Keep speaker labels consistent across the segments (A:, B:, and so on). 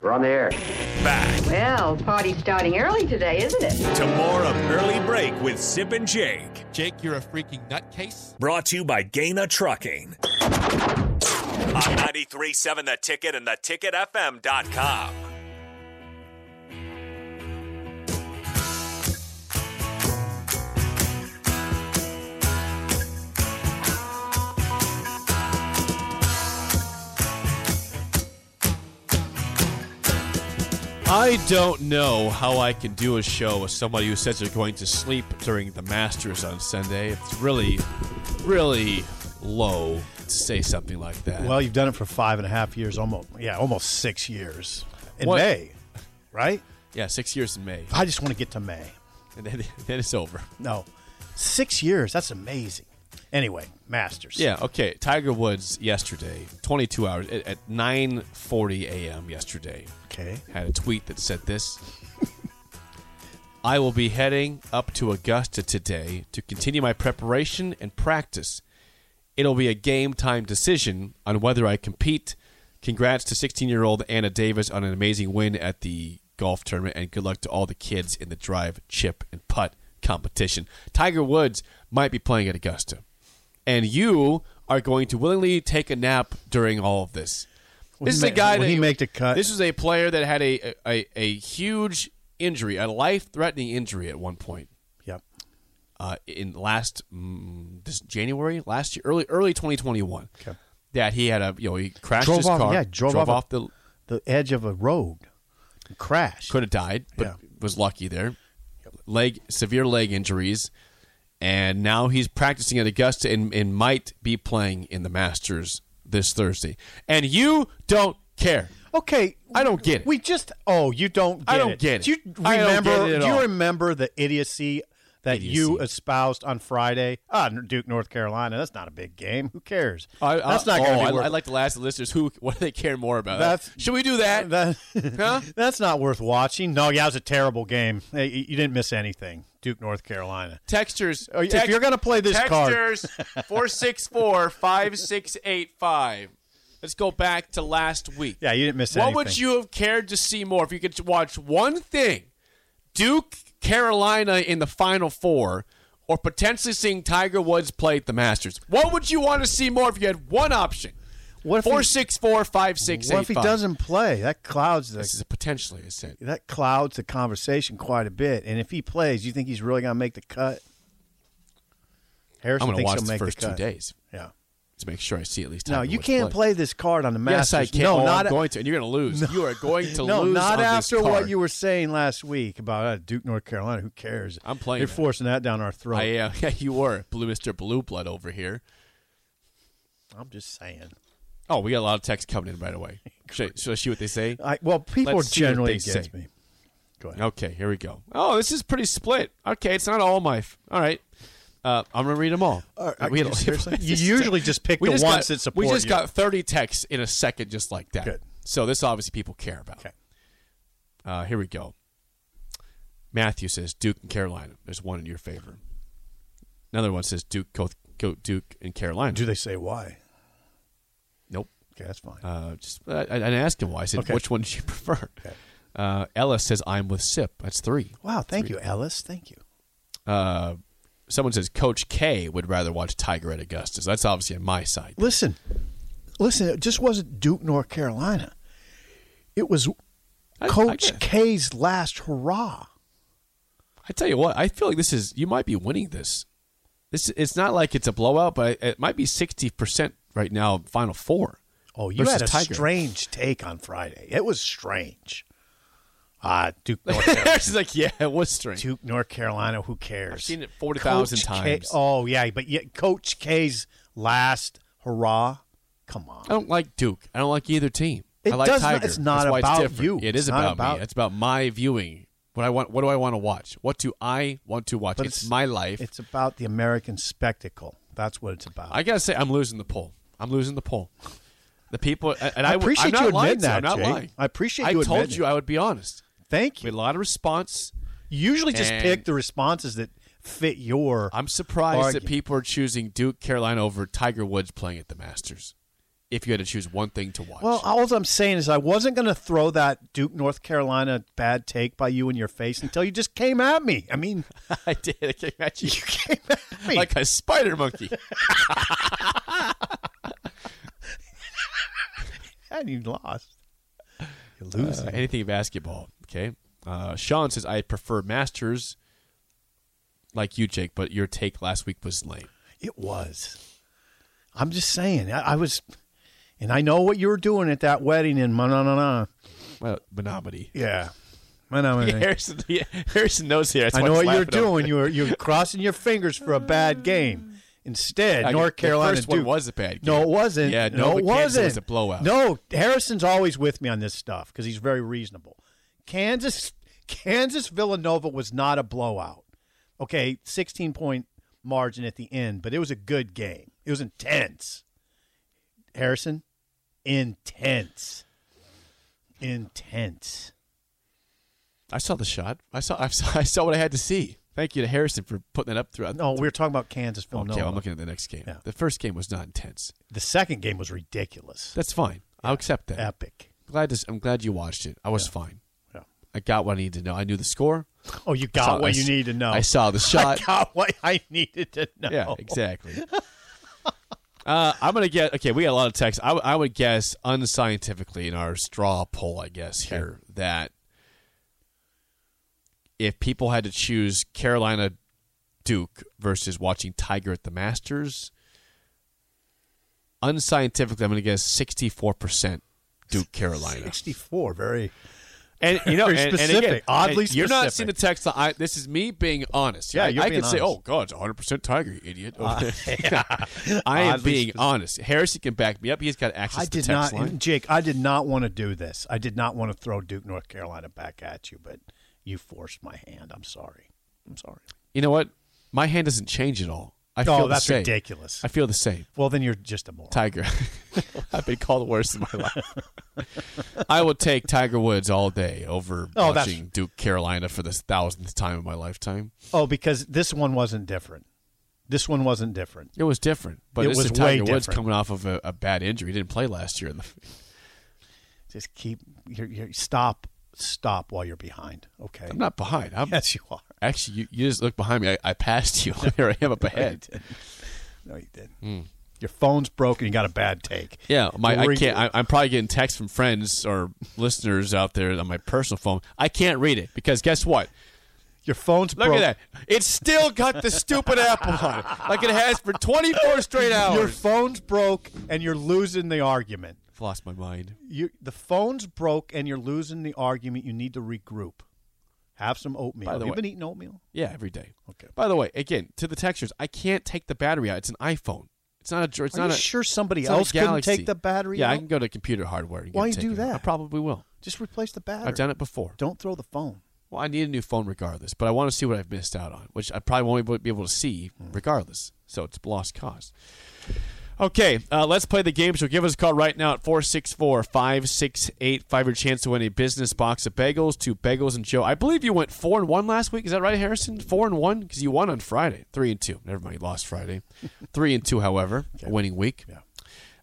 A: We're on the air.
B: Back
C: Well, party's starting early today, isn't it?
B: to more of Early Break with Sip and Jake.
D: Jake, you're a freaking nutcase.
B: Brought to you by Gaina Trucking. On 93.7 The Ticket and theticketfm.com.
D: I don't know how I can do a show with somebody who says they're going to sleep during the Masters on Sunday. It's really, really low to say something like that.
E: Well, you've done it for five and a half years, almost yeah, almost six years in
D: What-
E: May, right?
D: yeah, six years in May,
E: I just want to get to May.
D: and then, then it's over.
E: No, six years. That's amazing. Anyway, Masters.
D: Yeah, okay. Tiger Woods yesterday, 22 hours at, at 9:40 a.m. yesterday,
E: Okay.
D: had a tweet that said this. I will be heading up to Augusta today to continue my preparation and practice. It'll be a game time decision on whether I compete. Congrats to 16 year old Anna Davis on an amazing win at the golf tournament, and good luck to all the kids in the drive, chip, and putt competition. Tiger Woods might be playing at Augusta, and you are going to willingly take a nap during all of this.
E: Will
D: this
E: he
D: is a
E: ma-
D: guy
E: will
D: that
E: he make the cut?
D: This is a player that had a a, a huge injury, a life threatening injury at one point
E: Yep.
D: uh, in last mm, this January last year, early early 2021.
E: Okay.
D: That he had a you know he crashed
E: Drove
D: his
E: off-
D: car,
E: yeah, drove off
D: off
E: a-
D: the
E: The edge of a road, crash.
D: could have died, but
E: Yeah.
D: was lucky there. Leg severe leg injuries, and now he's practicing at Augusta and, and might be playing in the Masters this Thursday. And you don't care.
E: Okay,
D: I don't get it.
E: We just oh, you don't. Get
D: I don't
E: it.
D: get it.
E: Do you
D: I don't
E: remember?
D: get it at
E: do you
D: all.
E: remember the idiocy that you
D: Idiocy.
E: espoused on Friday? Ah, Duke, North Carolina. That's not a big game. Who cares?
D: I, I-
E: that's not
D: oh,
E: going to
D: I-
E: be worth.
D: I'd like to ask the listeners who what do they care more about.
E: That's-
D: Should we do that?
E: that,
D: Huh?
E: That's not worth watching. No, yeah, it was a terrible game. Hey, you you didn't miss anything. Duke, North Carolina.
D: Textures.
E: Oh, if you're gonna play this card.
D: textures, four six four five six eight five. Let's go back to last week.
E: Yeah, you didn't miss
D: What
E: anything.
D: would you have cared to see more if you could watch one thing? Duke, Carolina in the Final Four, or potentially seeing Tiger Woods play at the Masters. What would you want to see more if you had one option?
E: What if
D: Four
E: he-
D: six four five six eight five.
E: What if he doesn't play? That clouds the
D: This is a potentially, I said.
E: that clouds the conversation quite a bit. And if he plays, you think he's really going to make the cut?
D: I'm
E: Harrison
D: going to
E: thinks
D: watch
E: he'll
D: the
E: make
D: first
E: the
D: two
E: cut.
D: days
E: Yeah.
D: to make sure I see at least.
E: No,
D: Tiger
E: you
D: Woods
E: can't play this card on the Masters.
D: Yes, I can.
E: No,
D: Oh,
E: not
D: I'm going to, and you're going to lose. You are going to
E: no,
D: lose.
E: not
D: on
E: after
D: this card.
E: what you were saying last week about uh, Duke, North Carolina. Who cares?
D: I'm playing
E: You're
D: that.
E: forcing that down our throat.
D: I am. Yeah, you were blue, Mister Blue Blood over here.
E: I'm just saying.
D: Oh, we got a lot of texts coming in right away. Should, should I see what they say?
E: I, well, people
D: Let's
E: are
D: see what
E: generally
D: they say.
E: against me. Go ahead.
D: Okay, here we go. Oh, this is pretty split. Okay, it's not all my. F- all right, uh, I'm gonna read them all. We had a-
E: seriously? you usually just pick
D: we
E: the
D: just
E: ones
D: got,
E: that support
D: We just
E: you.
D: got 30 texts in a second, just like that.
E: Good.
D: So this obviously people care about.
E: Okay.
D: Uh, here we go. Matthew says Duke and Carolina. There's one in your favor. Another one says Duke, Co- Co- Duke and Carolina.
E: Do they say why?
D: Nope.
E: Okay, that's fine.
D: Uh, just I, I I asked him why. I said,
E: Okay.
D: which one do you prefer? Uh, Ellis says, I'm with Sip. That's three.
E: wow, thank you, Ellis. Thank you.
D: Uh, someone says, Coach K would rather watch Tiger at Augusta. So that's obviously on my side.
E: Listen, listen. It just wasn't Duke, North Carolina. It was
D: I- I
E: Coach
D: get it.
E: K's last hurrah.
D: I tell you what, I feel like this is, you might be winning this. This It's not like it's a blowout, but it might be 60% right now, Final Four.
E: Oh, you
D: versus
E: had a
D: Tiger.
E: strange take on Friday. It was strange. Ah, Duke, North Carolina.
D: She's like, yeah, it was strange.
E: Duke, North Carolina. Who cares?
D: I've seen it 40,000
E: Coach
D: times.
E: K, oh yeah, but yet Coach K's last hurrah. Come on.
D: I don't like Duke. I don't like either team.
E: It
D: I like
E: does not-
D: Tiger.
E: it's not
D: That's why
E: about
D: it's different.
E: you.
D: It
E: It's
D: is
E: not
D: about,
E: about-
D: me. It's about my viewing. What I want. What do I want to watch? What do I want to watch?
E: But
D: It's,
E: it's-
D: my life.
E: It's about the American spectacle. That's what it's about.
D: I gotta say, I'm losing the poll. I'm losing the poll. The people and I, would-
E: appreciate
D: I'm not
E: you
D: lying
E: admitting
D: to you. I'm
E: that,
D: not
E: Jake.
D: lying.
E: I appreciate
D: I
E: you
D: told
E: admitting
D: you
E: it.
D: I would be honest.
E: Thank
D: We
E: you.
D: had a lot of response.
E: You usually just
D: And-
E: pick the responses that fit your.
D: I'm surprised that
E: argument.
D: people are choosing Duke Carolina over Tiger Woods playing at the Masters. if you had to choose one thing to watch.
E: Well, all I'm saying is I wasn't going to throw that Duke, North Carolina bad take by you in your face until you just came at me. I mean,
D: I did. I came at you.
E: came at me.
D: like a spider monkey.
E: and you lost. You lose.
D: Uh, anything basketball. Okay. Uh, Sean says I prefer Masters, like you, Jake. But your take last week was lame.
E: It was. I'm just saying. I, I was, and I know what you were doing at that wedding in Manana.
D: Well, Menominee.
E: Yeah, Manana.
D: Harrison, Harrison knows here. That's
E: I
D: why
E: know
D: he's
E: what you're
D: laughing over
E: doing. You were you're crossing your fingers for a bad game. Instead,
D: I-
E: North
D: the
E: Carolina
D: first one
E: Duke
D: was a bad
E: No,
D: game.
E: it wasn't.
D: Yeah,
E: no,
D: Nova
E: it
D: Kansas was
E: wasn't.
D: a blowout.
E: No, Harrison's always with me on this stuff because he's very reasonable. Kansas, Kansas Villanova was not a blowout. Okay, sixteen point margin at the end, but it was a good game. It was intense. Harrison, intense, intense.
D: I saw the shot. I saw, I saw. I saw what I had to see. Thank you to Harrison for putting that up throughout.
E: No, we were talking about Kansas
D: okay.
E: Villanova.
D: I'm looking at the next game.
E: Yeah.
D: The first game was not intense.
E: the second game was ridiculous.
D: That's fine. I'll accept that.
E: Epic.
D: Glad to, s- I'm glad you watched it. I was fine.
E: Yeah.
D: I got what I needed to know. I knew the score.
E: Oh, you got
D: Saw- I
E: what you
D: s-
E: need to know.
D: I saw the shot.
E: I got what I needed to know.
D: Yeah, exactly. uh, I'm gonna get okay. We got a lot of text. I, w- I would guess unscientifically in our straw poll, I guess here that if people had to choose Carolina Duke versus watching Tiger at the Masters, unscientifically, I'm gonna guess 64 percent Duke Carolina.
E: 64, very.
D: And you know,
E: Very
D: and- and
E: specific,
D: again,
E: oddly
D: hey, You're not
E: specific.
D: seeing the text. I, this is me being honest.
E: Yeah,
D: I,
E: you're
D: I
E: being
D: could say,
E: honest. Uh,
D: "Oh God, 100 percent Tiger, you idiot." I am
E: Oddly
D: being
E: specific.
D: honest. Harrison can back me up. He's got access
E: I
D: to
E: did
D: text
E: not,
D: line.
E: Jake, I did not want to do this. I did not want to throw Duke, North Carolina back at you, but you forced my hand. I'm sorry. I'm sorry.
D: You know what? My hand doesn't change at all. I
E: No,
D: feel
E: Oh, that's
D: the same.
E: ridiculous.
D: I feel the same.
E: Well, then you're just a moron.
D: Tiger. I've been called worse in my life. I will take Tiger Woods all day over
E: Oh, that's-
D: watching Duke Carolina for the thousandth time in my lifetime.
E: Oh, because this one wasn't different. This one wasn't different.
D: It was different, but
E: It
D: this
E: was
D: is
E: way
D: Tiger Woods
E: different.
D: coming off of a, a bad injury. He didn't play last year in the
E: Just keep, you're, you're, stop, stop while you're behind. Okay.
D: I'm not behind. I'm
E: Yes, you are.
D: actually. You, you just look behind me. I, I passed you. Here I am up ahead.
E: No, you didn't. Your phone's broken. You got a bad take.
D: Hmm. Yeah, my I
E: Ring-
D: can't. I, I'm probably getting texts from friends or listeners out there on my personal phone. I can't read it because guess what?
E: Your phone's
D: Look
E: broken.
D: at that. It's still got the stupid apple on it, like it has for 24 straight hours.
E: Your phone's broke and you're losing the argument.
D: I've lost my mind.
E: You the phone's broke and you're losing the argument. You need to regroup. Have some oatmeal.
D: By the
E: Have you
D: way-
E: been eating oatmeal?
D: Yeah, every day.
E: Okay.
D: By the way, again to the textures, I can't take the battery out. It's an iPhone. It's not a. dr- It's
E: Are
D: not
E: you
D: a.
E: sure somebody
D: it's not a
E: else couldn't
D: Galaxy.
E: take the battery
D: Yeah,
E: out?
D: I can go to computer hardware. And get
E: Why
D: it
E: you do
D: taken out. I
E: that?
D: probably will.
E: Just replace the battery.
D: I've done it before.
E: Don't throw the phone.
D: Well, I need a new phone regardless, but I want to see what I've missed out on, which I probably won't be able- be able to see regardless. So it's lost cause. Okay, uh, let's play the game show. Give us a call right now at 464 568 5 your chance to win a business box of bagels, two bagels and Joe. I believe you went 4 and 1 last week. Is that right, Harrison? 4 and 1? Because you won on Friday. 3 and 2. Never mind, you lost Friday. 3 and 2, however, a winning week.
E: Yeah.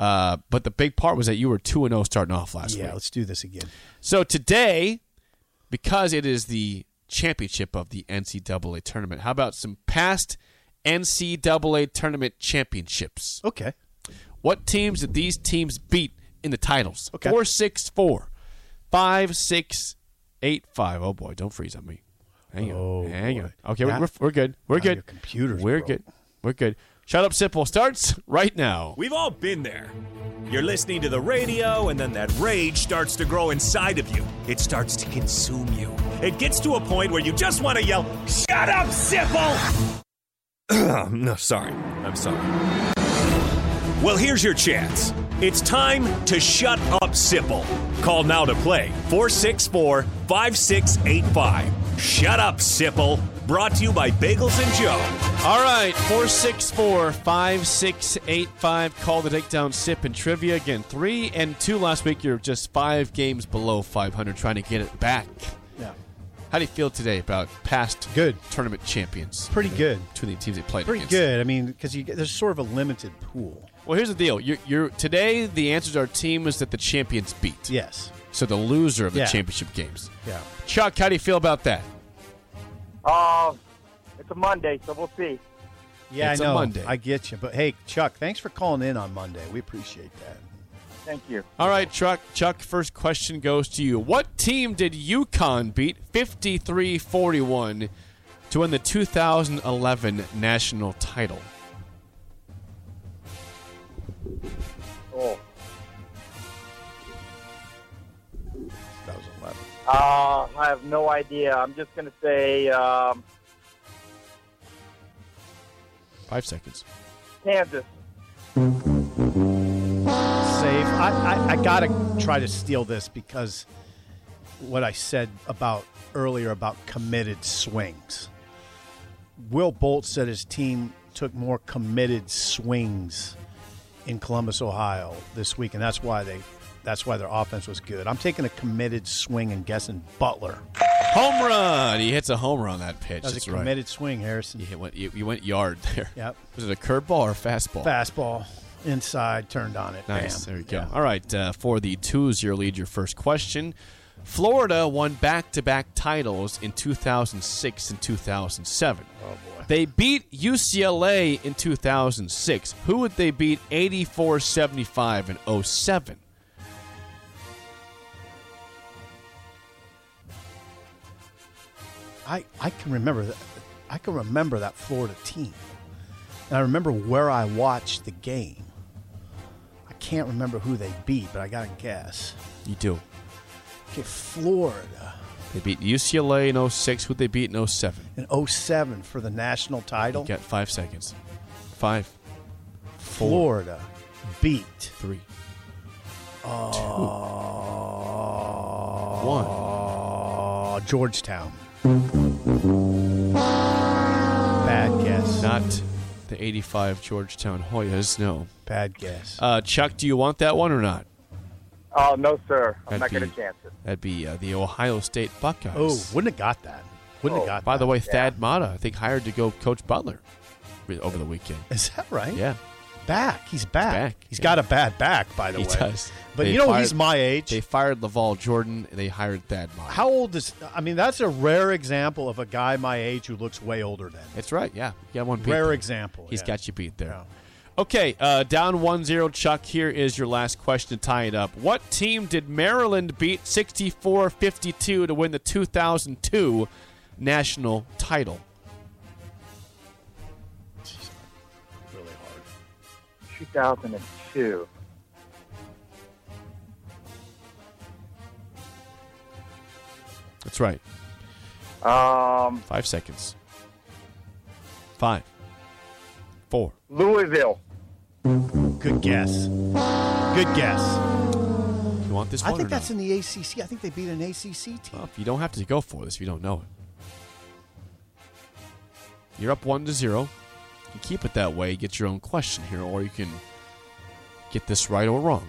D: Uh, but the big part was that you were 2 and 0 starting off last
E: yeah,
D: week.
E: let's do this again.
D: So today, because it is the championship of the NCAA tournament, how about some past NCAA tournament championships?
E: Okay.
D: What teams did these teams beat in the titles?
E: Okay.
D: Four six four, five six eight five. Oh boy, don't freeze on me. Hang on,
E: Oh,
D: hang
E: boy.
D: on. Okay, we're,
E: Now-
D: we're, we're good. We're
E: now
D: good.
E: your computer's
D: We're
E: broke.
D: good. We're good. Shut up, simple starts right now.
B: We've all been there. You're listening to the radio, and then that rage starts to grow inside of you. It starts to consume you. It gets to a point where you just want to yell, Shut up, Sipple! no, sorry. I'm sorry. Well, here's your chance. It's time to shut up, Sipple. Call now to play 464 5685. Shut up, Sipple. Brought to you by Bagels and Joe.
D: All right, 464 5685. Call the takedown sip and trivia. Again, three and two last week. You're just five games below 500, trying to get it back.
E: Yeah.
D: How do you feel today about past
E: Good.
D: tournament champions
E: Pretty good.
D: between the teams they played
E: Pretty
D: against?
E: good. I mean, because there's sort of a limited pool.
D: Well, here's the deal. You're, you're today. The answers are teams that the champions beat.
E: Yes.
D: So the loser of the
E: Yeah.
D: championship games.
E: Yeah.
D: Chuck, how do you feel about that?
A: Um, it's a Monday, so we'll see.
E: Yeah,
D: It's
E: I
D: a
E: know.
D: Monday.
E: I get you. But hey, Chuck, thanks for calling in on Monday. We appreciate that.
A: Thank you.
D: All right, Chuck. Chuck, first question goes to you. What team did UConn beat 53-41 to win the 2011 national title?
A: Oh,
E: 2011.
A: uh, I have no idea. I'm just gonna say um,
D: Five seconds.
A: Kansas.
E: Save. I, I, I got to try to steal this because what I said about earlier about committed swings. Will Bolt said his team took more committed swings in Columbus, Ohio this week, and that's why they that's why their offense was good. I'm taking a committed swing and guessing Butler.
D: Home run. He hits a homer on that pitch.
E: That was
D: That's
E: a
D: right.
E: committed swing, Harrison.
D: You, hit, went, you, you went yard there.
E: Yep.
D: Was it a curveball or a fastball?
E: Fastball inside, turned on it.
D: Nice.
E: Bam.
D: There you go.
E: Yeah.
D: All right. Uh, for the 2 0 lead, your first question. Florida won back to back titles in 2006 and 2007. Oh, boy. They beat UCLA in 2006. Who would they beat 84 75 and 07?
E: I, I can remember that. I can remember that Florida team. And I remember where I watched the game. I can't remember who they beat, but I got to guess.
D: You do.
E: Okay, Florida
D: They beat UCLA in 06. Who'd they beat in 07?
E: in 07 for the national title.
D: You got five seconds. Five,
E: Florida beat.
D: three,
E: Oh,
D: one.
E: Georgetown. Bad guess.
D: Not the 85 Georgetown Hoyas, no.
E: Bad guess.
D: Uh, Chuck, do you want that one or not?
A: Oh no, sir. I'm
D: That'd
A: not gonna
D: be-
A: chance it.
D: That'd be uh, the Ohio State Buckeyes.
E: oh, wouldn't have got that. Wouldn't have got
D: Oh, By
E: that.
D: the way, Thad Mata, I think, hired to go coach Butler re- over the weekend.
E: Is that right?
D: Yeah.
E: back. He's back.
D: back,
E: He's
D: yeah.
E: got a bad back, by the
D: He
E: way.
D: does.
E: But
D: They
E: you know
D: fired-
E: he's my age.
D: They fired Laval Jordan. They hired Thad Mata.
E: How old is? I mean, that's a rare example of a guy my age who looks way older than. me.
D: That's right. Yeah. Yeah, one beat.
E: Rare
D: there.
E: example.
D: He's
E: yeah.
D: got you beat there.
E: Yeah.
D: Okay, uh, down 1 0, Chuck. Here is your last question to tie it up. What team did Maryland beat 64 52 to win the 2002 national title?
E: really hard.
A: 2002.
D: That's right.
A: Um,
D: Five seconds. Five. Four.
A: Louisville.
E: Good guess. Good guess.
D: You want this
E: I
D: one?
E: think
D: or
E: that's
D: not?
E: in the ACC. I think they beat an ACC team.
D: Well, if you don't have to go for this if you don't know it. You're up one to zero. You keep it that way. Get your own question here, or you can get this right or wrong.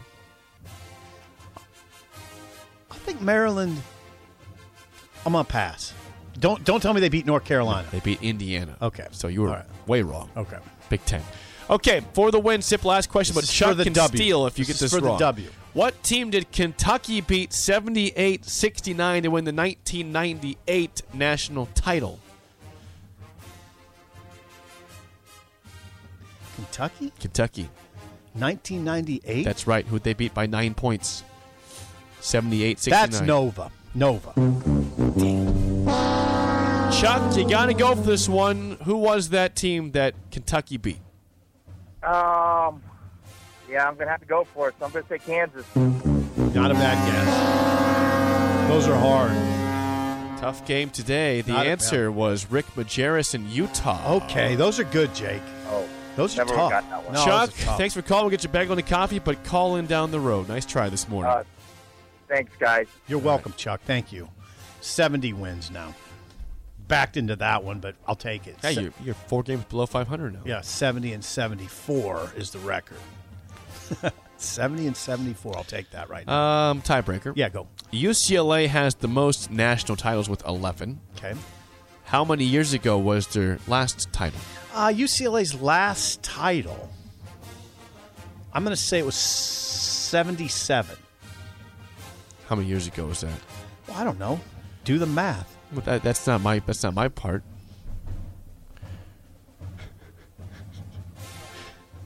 E: I think Maryland. I'm gonna pass. Don't don't tell me they beat North Carolina.
D: They beat Indiana.
E: Okay.
D: So you were
E: All right.
D: way wrong.
E: Okay.
D: Big Ten. Okay, for the win, sip last question,
E: This
D: but
E: is
D: Chuck
E: for the
D: can
E: W.
D: steal if you
E: This
D: get
E: is
D: this
E: for the
D: wrong.
E: W.
D: What team did Kentucky beat 78 69 to win the 1998 national title?
E: Kentucky,
D: Kentucky.
E: 1998.
D: That's right. Who'd they beat by nine points? 78 69.
E: That's Nova. Nova.
D: Chuck, you got to go for this one. Who was that team that Kentucky beat?
A: Um, yeah, I'm gonna have to go for it. So I'm gonna say Kansas.
E: Not a bad guess. Those are hard.
D: Tough game today. The
E: Not a- Oh,
D: answer was Rick Majerus in Utah.
E: Okay, those are good, Jake.
A: Oh,
E: Those are
A: never
E: tough.
A: got that one.
E: No,
D: Chuck,
E: those are tough.
D: thanks for calling. We'll get you back on the coffee, but call in down the road. Nice try this morning.
A: Uh, thanks, guys.
E: You're welcome, Chuck. Thank you. 70 wins now. Backed into that one, but I'll take it.
D: hey,
E: Se-
D: you're, you're four games below 500 now.
E: yeah, 70 and 74 is the record. 70 and 74. I'll take that right now.
D: Um, tiebreaker.
E: yeah, go.
D: UCLA has the most national titles with 11.
E: Okay.
D: How many years ago was their last title?
E: Uh, UCLA's last title I'm going to say it was 77.
D: How many years ago was that?
E: Well, I don't know. Do the math.
D: Well, that, that's not my that's not my part. Do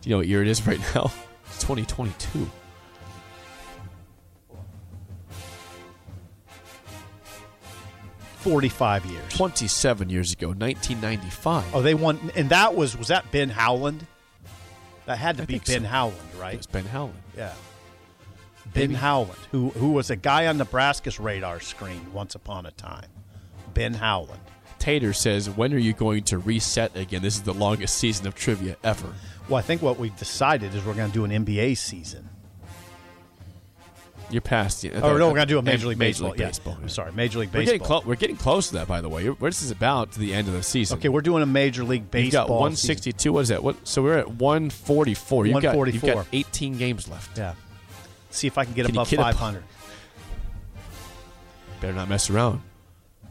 D: you know what year it is right now? It's 2022.
E: Forty-five years.
D: 27 years ago, 1995.
E: Oh, they won, and that was was that Ben Howland? That had to
D: I
E: be
D: think
E: Ben
D: so.
E: Howland, right?
D: it was Ben Howland.
E: Yeah. Ben
D: Maybe.
E: Howland, who who was a guy on Nebraska's radar screen once upon a time. Ben Howland.
D: Tater says, "When are you going to reset again? This is the longest season of trivia ever."
E: Well, I think what we've decided is we're going to do an NBA season.
D: You're past. the- I
E: Oh
D: thought-
E: no, we're going to do a
D: Am-
E: Major League Baseball.
D: uh, League
E: yeah.
D: Baseball.
E: I'm sorry, Major League
D: We're
E: Baseball.
D: getting, clo- we're getting close to that, by the way. You're- This is about to the end of the season.
E: Okay, we're doing a Major League
D: You
E: Baseball.
D: got 162. What is that? What? So we're at 144. You got you
E: 144.
D: got 18 games left.
E: season. Yeah. See if I can get
D: Can you
E: above
D: get above-
E: 500.
D: Better not mess around.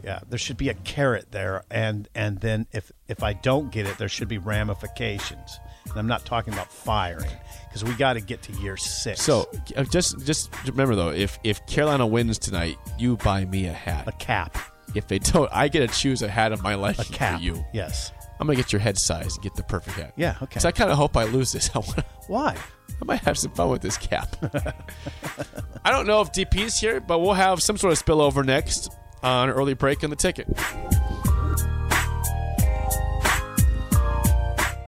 E: Yeah, there should be a carrot there, and and then if if I don't get it, there should be ramifications. And I'm not talking about firing because we got to get to year six.
D: So uh, just just remember though, if if Carolina wins tonight, you buy me a
E: a
D: hat.
E: cap,
D: If they don't, I get to choose a hat of my life
E: a cap.
D: for you.
E: Yes.
D: I'm gonna get your head size and get the perfect hat.
E: Yeah, okay.
D: So I kind of hope I lose this. I want.
E: Why?
D: I might have some fun with this cap. I don't know if DP's here, but we'll have some sort of spillover next on early break in the ticket.